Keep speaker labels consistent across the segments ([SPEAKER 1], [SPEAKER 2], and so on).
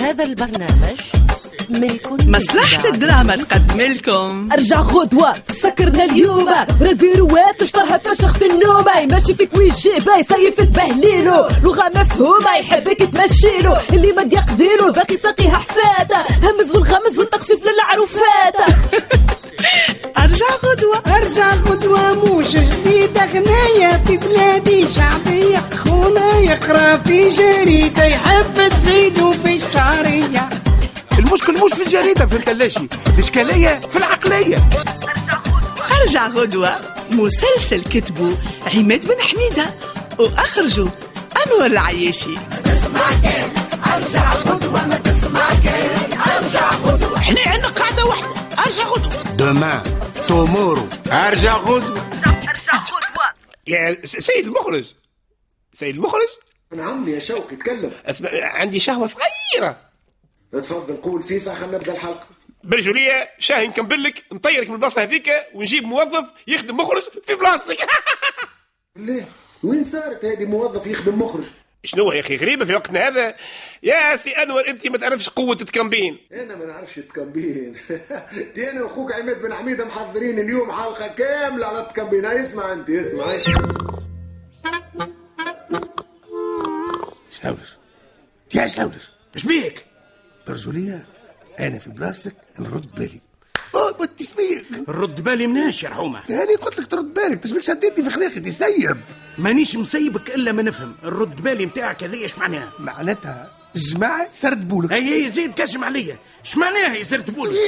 [SPEAKER 1] هذا البرنامج ملك
[SPEAKER 2] مصلحة الدراما تقدم لكم
[SPEAKER 3] ارجع غدوة سكرنا اليوم راه البيروات اشطرها تفشخ في النوم أي ماشي فيك ويجي باي سيف تبهليلو لغة مفهومة يحبك تمشيلو اللي ما يقديرو باقي ساقيها حفاتة همز والغمز والتقفيف للعروفات
[SPEAKER 2] أرجع غدوة
[SPEAKER 4] ارجع غدوة موش جديدة غناية في بلادي شعبية خونا يقرا في جريدة يحب تزيدو في الشعرية
[SPEAKER 5] المشكل مش في الجريده في الكلاشي الاشكاليه في العقليه
[SPEAKER 2] أرجع غدوة مسلسل كتبه عماد بن حميدة وأخرجه أنور العياشي
[SPEAKER 6] احنا عندنا قاعده واحده ارجع غدوه
[SPEAKER 5] دومان تومورو ارجع غدوه
[SPEAKER 6] يا س- سيد المخرج سيد المخرج
[SPEAKER 7] نعم يا شوقي اتكلم
[SPEAKER 6] أسمع عندي شهوه صغيره
[SPEAKER 7] اتفضل قول فيسع خلينا نبدا الحلقه
[SPEAKER 6] برجولية شاهي نكمل لك نطيرك من البلاصه هذيك ونجيب موظف يخدم مخرج في بلاصتك
[SPEAKER 7] ليه وين صارت هذه موظف يخدم مخرج
[SPEAKER 6] شنو يا اخي غريبه في وقتنا هذا يا سي انور انت ما تعرفش قوه تكمبين
[SPEAKER 7] انا ما نعرفش التكمبين دي انا واخوك عماد بن حميده محضرين اليوم حلقه كامله على التكمبين هاي اسمع انت اسمع هاي.
[SPEAKER 5] شناولش يا شناولش اش بيك برجوليه انا في بلاستيك نرد بالي اه ما تسميك
[SPEAKER 8] رد بالي مناش يا رحومه
[SPEAKER 5] يعني قلت لك ترد بالك تسميك شديتني في خلاقي تسيب
[SPEAKER 8] مانيش مسيبك الا ما نفهم الرد بالي نتاعك هذيا اش معناها
[SPEAKER 5] معناتها الجماعه سردبولك
[SPEAKER 8] اي هي زيد كاشم عليا اش معناها يا زرت بولي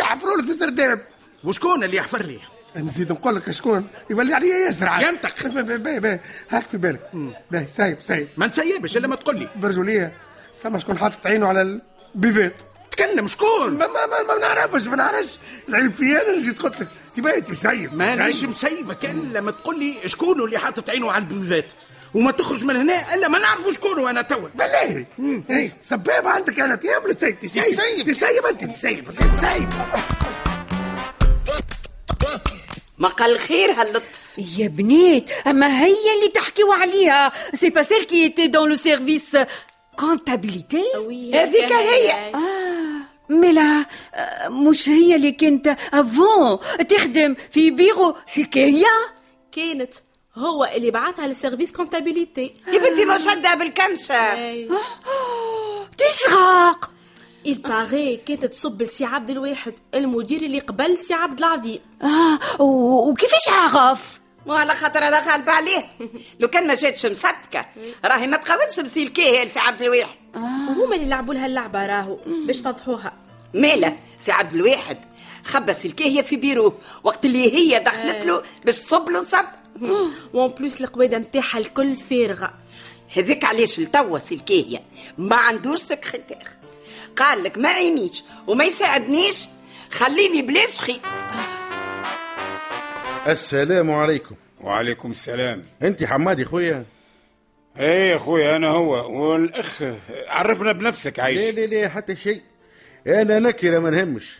[SPEAKER 5] يحفروا لك في سرداب
[SPEAKER 8] وشكون اللي يحفر لي
[SPEAKER 5] نزيد نقول لك شكون يولي عليا ياسر عاد.
[SPEAKER 8] ينطق.
[SPEAKER 5] باهي- باهي باهي هاك في بالك باهي سايب سايب
[SPEAKER 8] ما نسيبش الا ما تقول لي
[SPEAKER 5] برجوليه فما شكون حاطط عينه على البيفات
[SPEAKER 8] تكلم شكون
[SPEAKER 5] ما ما ما, ما نعرفش ما نعرفش العيب فيا انا جيت قلت لك تبي تسيب
[SPEAKER 8] مانيش مسيبك الا ما تقول لي شكون اللي حاطط عينه على البيوفات وما تخرج من هنا الا ما نعرفوا شكون انا توا
[SPEAKER 5] بالله اي سباب عندك انا تياب ولا تسيب تسيب
[SPEAKER 8] تسيب.
[SPEAKER 5] تسيب انت تسيب تسيب
[SPEAKER 9] ما قال خير هاللطف
[SPEAKER 3] يا بنات اما هي اللي تحكيوا عليها سي با سيل كي ايتي دون لو سيرفيس كونتابيليتي
[SPEAKER 9] هذيك هي
[SPEAKER 3] ملا آه، مش هي اللي كانت افون تخدم في بيرو في كيا
[SPEAKER 10] كانت هو اللي بعثها للسيرفيس كونتابيليتي
[SPEAKER 9] يا بنتي ما شدها بالكمشة
[SPEAKER 3] تسرق
[SPEAKER 10] الباغي كانت تصب لسي عبد الواحد المدير اللي قبل سي عبد العظيم
[SPEAKER 3] آه و- وكيفاش عرف
[SPEAKER 9] مو على خاطر انا غالبة عليه لو كان ما جاتش مصدكة راهي ما تقاولش بسلكيه يا سي عبد الواحد آه.
[SPEAKER 10] وهما اللي لعبوا لها اللعبه راهو باش فضحوها
[SPEAKER 9] مالا سي عبد الواحد خبى سلكيه في بيروه وقت اللي هي دخلت له باش تصب له صب
[SPEAKER 10] وان بلوس القواده نتاعها الكل فارغه
[SPEAKER 9] هذيك علاش لتوا سلكيه ما عندوش سكرتير قال لك ما عينيش وما يساعدنيش خليني بلاش خي
[SPEAKER 11] السلام عليكم
[SPEAKER 6] وعليكم السلام
[SPEAKER 11] انت حمادي خويا
[SPEAKER 6] ايه اخويا انا هو والاخ عرفنا بنفسك
[SPEAKER 11] لا لا لا حتى شيء انا نكره ما نهمش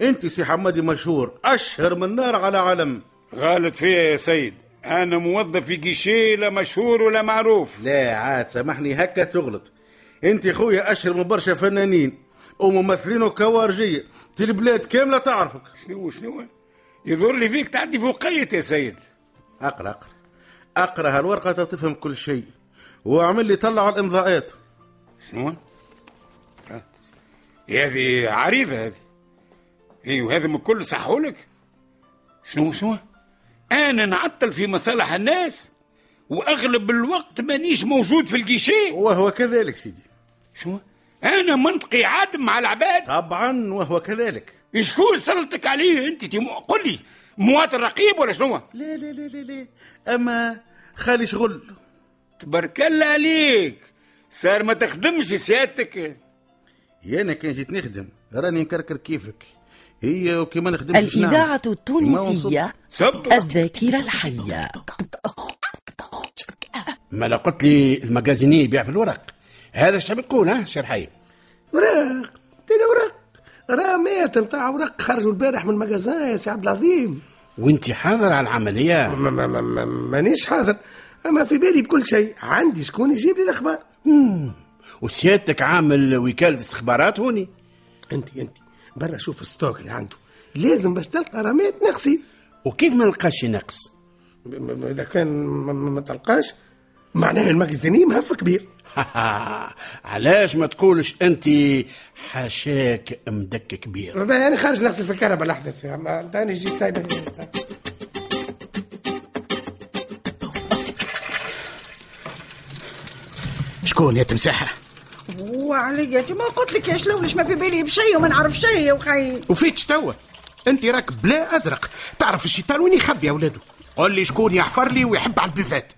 [SPEAKER 11] انت سي حمادي مشهور اشهر من نار على علم
[SPEAKER 6] غالط فيا يا سيد انا موظف في جيشي لا مشهور ولا معروف
[SPEAKER 11] لا عاد سامحني هكا تغلط انت خويا اشهر من برشا فنانين وممثلين وكوارجية تي البلاد كاملة تعرفك
[SPEAKER 6] شنو شنو يظهر لي فيك تعدي فوقيت يا سيد
[SPEAKER 11] اقرا اقرا اقرا هالورقة تفهم كل شيء واعمل لي طلع الامضاءات
[SPEAKER 6] شنو هذه عريضه هذه اي وهذا من كل صحولك شنو شنو انا نعطل في مصالح الناس واغلب الوقت مانيش موجود في الجيشي
[SPEAKER 11] وهو كذلك سيدي
[SPEAKER 6] شنو انا منطقي عادم مع العباد
[SPEAKER 11] طبعا وهو كذلك
[SPEAKER 6] شكون سلطك عليه انت تيمو- قل لي مواطن رقيب ولا شنو
[SPEAKER 11] لا لا لا لا لا اما خالي شغل
[SPEAKER 6] تبارك الله عليك صار ما تخدمش سيادتك
[SPEAKER 11] يا انا كان جيت نخدم راني نكركر كيفك هي وكيما نخدمش شنعمل؟
[SPEAKER 1] الإذاعة
[SPEAKER 11] كيما ونصب.
[SPEAKER 1] التونسية
[SPEAKER 6] سب
[SPEAKER 1] الذاكرة الحية
[SPEAKER 8] ما لا قلت لي المجازيني يبيع في الورق هذا اش تحب تقول ها سير حي
[SPEAKER 5] وراق تينا وراق راه مات نتاع وراق خرجوا البارح من المجازان يا سي عبد العظيم
[SPEAKER 8] وانت حاضر على العمليه
[SPEAKER 5] ما- ما- ما- ما- مانيش حاضر اما في بالي بكل شيء عندي شكون يجيب لي الاخبار
[SPEAKER 12] وسيادتك عامل وكاله استخبارات هوني
[SPEAKER 5] انت انت برا شوف الستوك اللي عنده لازم باش تلقى رماد نقصي
[SPEAKER 12] وكيف ما نلقاش نقص
[SPEAKER 5] اذا كان ما- ما ما تلقاش معناه المخزنية مهف كبير
[SPEAKER 12] علاش ما تقولش انت حاشاك مدك كبير
[SPEAKER 5] انا خارج نغسل في الكهرباء لحظه انا جيت طيب
[SPEAKER 13] شكون يا تمساحه
[SPEAKER 14] وعليا ما قلت لك يا شلون ما في بالي بشيء وما نعرف شيء وخي
[SPEAKER 8] وفيك توا انت راك بلا ازرق تعرف الشيطان وين يخبي يا ولادو قول لي شكون يحفر لي ويحب على البيفات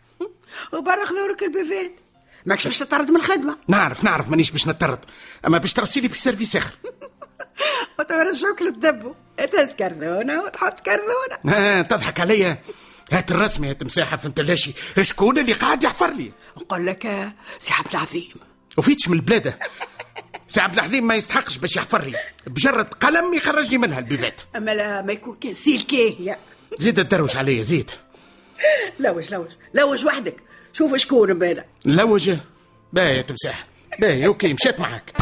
[SPEAKER 14] وبرا خذورك البيفات ماكش باش تطرد من الخدمه
[SPEAKER 8] نعرف نعرف مانيش باش نطرد اما باش ترسيلي في سيرفيس اخر
[SPEAKER 14] وترجوك للدبو تهز كرذونه وتحط كرذونه
[SPEAKER 8] آه تضحك عليا هات الرسمه يا تمساحه فهمت لاشي شكون اللي قاعد يحفر لي
[SPEAKER 14] نقول لك آه، سي عبد العظيم
[SPEAKER 8] وفيتش من البلاده سي عبد العظيم ما يستحقش باش يحفر لي بجرد قلم يخرجني منها البيفات
[SPEAKER 14] اما لا ما يكون كان سي الكاهيه
[SPEAKER 8] زيد الدروش عليا زيد
[SPEAKER 14] لوج لوج لوج وحدك شوف شكون مبالا
[SPEAKER 8] لوجه باهي يا تمساح باهي اوكي مشيت معاك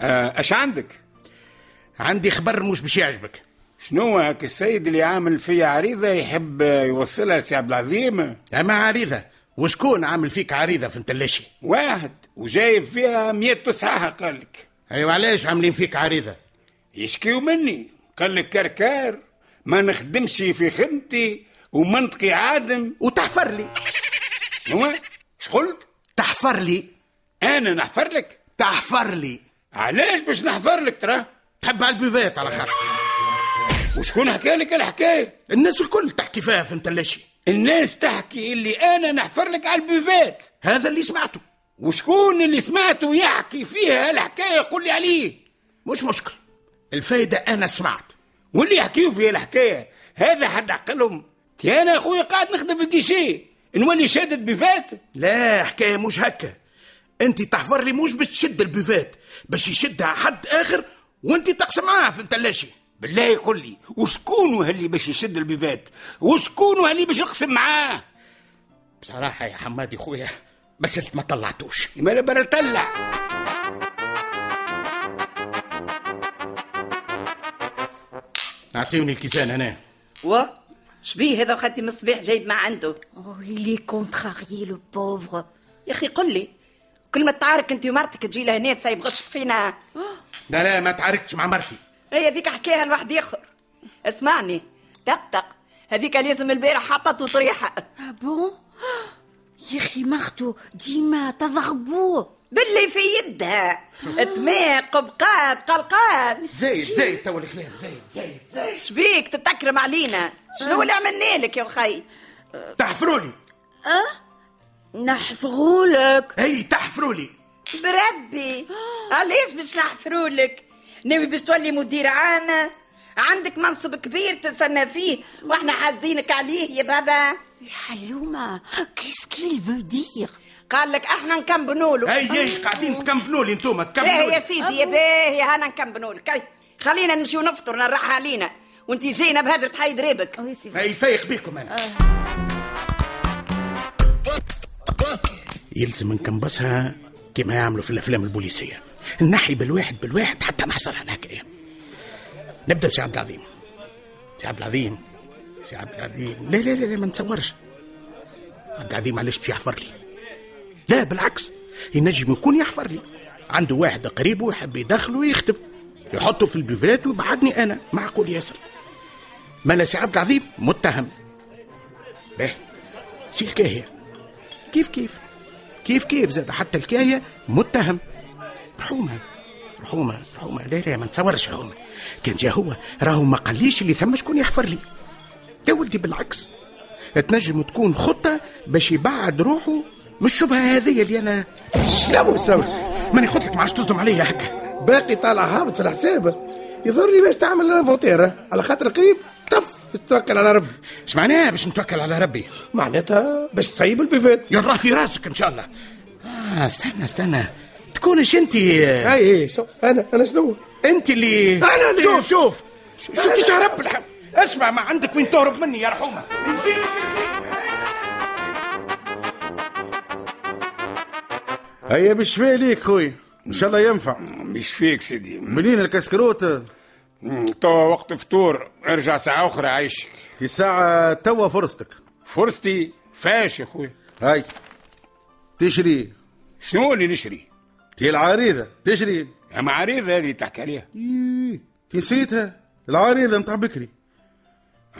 [SPEAKER 6] اش آه، عندك؟
[SPEAKER 8] عندي خبر مش باش يعجبك
[SPEAKER 6] شنو هاك السيد اللي عامل فيا عريضه يحب يوصلها لسي عبد العظيم
[SPEAKER 8] اما عريضه وشكون عامل فيك عريضه في التلاشي
[SPEAKER 6] واحد وجايب فيها مية تسعة قال لك
[SPEAKER 8] ايوا أيوة، علاش عاملين فيك عريضه
[SPEAKER 6] يشكيو مني قال لك كركار ما نخدمش في خدمتي ومنطقي عادم
[SPEAKER 8] وتحفر لي
[SPEAKER 6] شنو اش قلت
[SPEAKER 8] تحفر لي
[SPEAKER 6] انا نحفر لك
[SPEAKER 8] تحفر لي
[SPEAKER 6] علاش باش نحفر لك ترى
[SPEAKER 8] تحب على البيفات على خاطر
[SPEAKER 6] وشكون حكى لك الحكايه
[SPEAKER 8] الناس الكل تحكي فيها في التلاشي
[SPEAKER 6] الناس تحكي اللي انا نحفر لك على البيفات
[SPEAKER 8] هذا اللي سمعته
[SPEAKER 6] وشكون اللي سمعته يحكي فيها الحكايه قول لي عليه
[SPEAKER 8] مش مشكل الفايده انا سمعت
[SPEAKER 6] واللي يحكيو فيها الحكايه هذا حد عقلهم تي انا يا اخويا قاعد نخدم في الكيشي نولي شادد بيفات
[SPEAKER 8] لا حكايه مش هكا انت تحفر لي مش باش تشد البيفات باش يشدها حد اخر وانت تقسم معاه في التلاشي
[SPEAKER 6] بالله يقول لي وشكون اللي باش يشد البيفات وشكون اللي باش يقسم معاه
[SPEAKER 8] بصراحه يا حمادي خويا ما زلت ما طلعتوش
[SPEAKER 6] ما انا برا نطلع
[SPEAKER 8] اعطيوني الكيسان هنا
[SPEAKER 9] و شبيه هذا وخاتم الصباح جايب ما عنده
[SPEAKER 15] لي كونتراري لو بوفر
[SPEAKER 9] يا اخي قل لي كل ما تعارك انت ومرتك تجي لهنا تسايب غشك فينا
[SPEAKER 8] لا لا ما تعاركتش مع مرتي
[SPEAKER 9] هي إيه، هذيك حكاها لواحد اخر اسمعني طقطق هذيك لازم البارح حطته طريحه
[SPEAKER 15] بون يا اخي مختو ديما تضربوه
[SPEAKER 9] باللي في يدها تماق بقاب قلقاب
[SPEAKER 8] زايد زايد توا الكلام زايد زايد زايد
[SPEAKER 9] شبيك تتكرم علينا شنو اللي عملنا لك يا وخي
[SPEAKER 8] تحفروا لي
[SPEAKER 9] اه
[SPEAKER 15] نحفروا لك
[SPEAKER 8] اي تحفروا لي
[SPEAKER 9] بربي علاش باش نحفروا لك ناوي باش تولي مدير عام عندك منصب كبير تتسنى فيه واحنا حازينك عليه يا بابا
[SPEAKER 15] حلومة كيس كيل فو دير
[SPEAKER 9] قال لك احنا نكمبنوا له
[SPEAKER 8] اي اي قاعدين تكمبنوا لي انتوما تكمبنوا
[SPEAKER 9] باهي
[SPEAKER 8] لي
[SPEAKER 9] يا سيدي يا باهي هانا نكمبنوا لك أي. خلينا نمشيو نفطر نراح علينا وانت جاينا بهدر تحيد ريبك
[SPEAKER 8] اي فايق بيكم انا يلزم نكمبسها كما يعملوا في الافلام البوليسيه نحي بالواحد بالواحد حتى نحصرها الحكايه نبدا بسي عبد العظيم سي عبد العظيم سي عبد العظيم لا لا لا, لا ما نتصورش عبد العظيم علاش باش يحفر لي لا بالعكس ينجم يكون يحفر لي عنده واحد قريبه يحب يدخله ويخدم يحطه في البيفات ويبعدني انا معقول ياسر ما انا سي عبد العظيم متهم باهي سي الكاهيه كيف كيف كيف كيف زاد حتى الكاهيه متهم رحومه رحومه رحومه لا لا ما نتصورش رحومه كان جا هو راهو ما قاليش اللي ثم شكون يحفر لي يا ولدي بالعكس تنجم تكون خطه باش يبعد روحه من الشبهه هذه اللي انا شنو سوي ماني قلت لك ما عادش تصدم عليا هكا
[SPEAKER 5] باقي طالع هابط في الحساب يظهر لي باش تعمل انفونتير على خاطر قريب طف تتوكل على ربي
[SPEAKER 8] اش معناها باش نتوكل على ربي
[SPEAKER 5] معناتها باش تصيب البيفات
[SPEAKER 8] يراه في راسك ان شاء الله آه استنى استنى تكونش انت
[SPEAKER 5] اي اي شو انا انا شنو
[SPEAKER 8] انت اللي
[SPEAKER 5] أنا اللي-
[SPEAKER 8] شوف شوف شوف
[SPEAKER 5] أنا-
[SPEAKER 8] كيش هرب الحب اسمع ما عندك وين تهرب مني يا رحومه
[SPEAKER 11] هيا بالشفاء ليك خويا ان شاء الله ينفع
[SPEAKER 6] بشفيك سيدي
[SPEAKER 11] منين الكسكروت
[SPEAKER 6] توا وقت فطور ارجع ساعة أخرى عايشك
[SPEAKER 11] في ساعة توا فرصتك
[SPEAKER 6] فرصتي فاش يا خويا
[SPEAKER 11] هاي تشري
[SPEAKER 6] شنو اللي نشري؟
[SPEAKER 11] تي العريضة تشري
[SPEAKER 6] أما عريضة هذه تحكي عليها
[SPEAKER 11] إيه، نسيتها العريضة نتاع بكري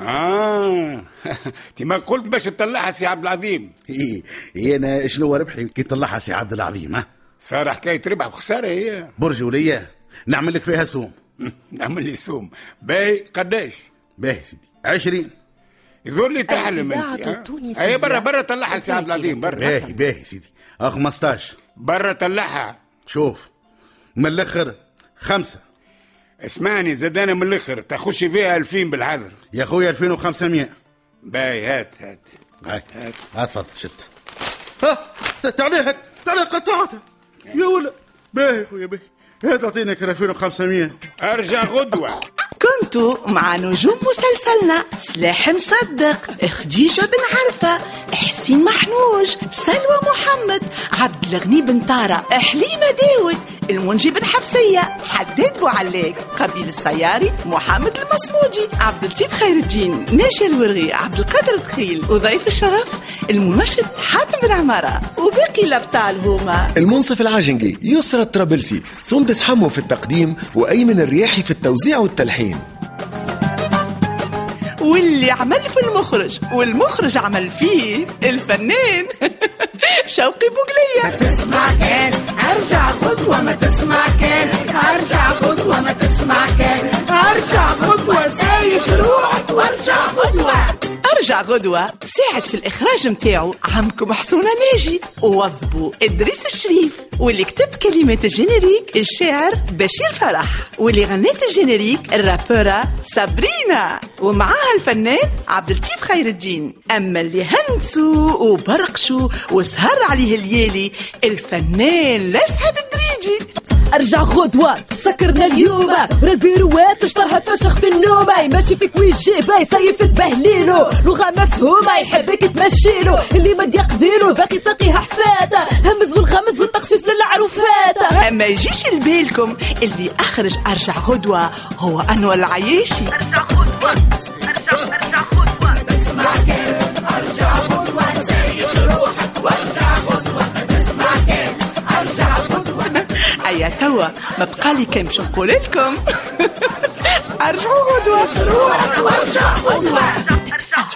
[SPEAKER 6] آه تما قلت باش تطلعها سي عبد العظيم
[SPEAKER 13] إيه إيه أنا شنو ربحي كي طلعها سي عبد العظيم ها
[SPEAKER 6] صار حكاية ربح وخسارة هي نعم،
[SPEAKER 13] برج ولياه نعمل لك فيها سوم
[SPEAKER 6] نعمل لي سوم باي قداش؟
[SPEAKER 13] باهي سيدي 20
[SPEAKER 6] يظل لي تحلم انت
[SPEAKER 13] الإذاعة
[SPEAKER 6] ها؟
[SPEAKER 13] التونسية.
[SPEAKER 6] هي برا برا طلعها لسي عبد العظيم برا
[SPEAKER 13] باهي باهي سيدي آه 15
[SPEAKER 6] برا طلعها
[SPEAKER 13] شوف من الاخر خمسه
[SPEAKER 6] اسمعني زدانا من الاخر تخش فيها 2000 بالعذر
[SPEAKER 13] يا خويا 2500
[SPEAKER 6] باي هات هات
[SPEAKER 13] هاي
[SPEAKER 6] هات
[SPEAKER 13] ها تفضل شت
[SPEAKER 11] ها تعليها تعليها قطعتها يا ولا باهي خويا باهي هات اعطينك 2500
[SPEAKER 6] ارجع غدوه
[SPEAKER 2] كنتوا مع نجوم مسلسلنا سلاح مصدق خديجة بن عرفة حسين محنوج سلوى محمد عبد الغني بن طارة حليمة داود المنجي بن حفصية حداد بوعلاك قبيل السياري محمد المصمودي عبد اللطيف خير الدين ناجي الورغي عبد القادر دخيل وضيف الشرف المنشط حاتم بن عمارة وباقي الابطال هما
[SPEAKER 16] المنصف العاجنقي يسرى الطرابلسي سندس حمو في التقديم وأيمن الرياحي في التوزيع والتلحين
[SPEAKER 2] واللي عمل في المخرج والمخرج عمل فيه الفنان شوقي بوقلية ما تسمع كان ارجع غدوة ما تسمع كان ارجع غدوة ما تسمع كان ارجع غدوة سايس روحك وارجع غدوة ارجع غدوة ساعد في الاخراج متاعو عمكم حسونة ناجي ووظبوا ادريس الشريف واللي كتب كلمات الجينيريك الشاعر بشير فرح واللي غنت الجينيريك الرابورة سابرينا ومعاها الفنان عبد اللطيف خير الدين اما اللي هنسوا وبرقشوا وسهر عليه الليالي الفنان لسعد الدريدي
[SPEAKER 3] ارجع غدوة سكرنا اليوم البيروات اشترها تفشخ في النوم أي ماشي فيك ويجي باي سيف تبهليلو لغة مفهومة يحبك تمشيلو اللي ما يقديلو باقي ساقيها حفاتة همز والغمز والتخفيف للعروفات
[SPEAKER 2] ما يجيش لبالكم اللي اخرج ارجع غدوة هو انور العياشي ايا توا ما بقالي كان باش نقول لكم ارجعوا غدوة روح وارجع غدوة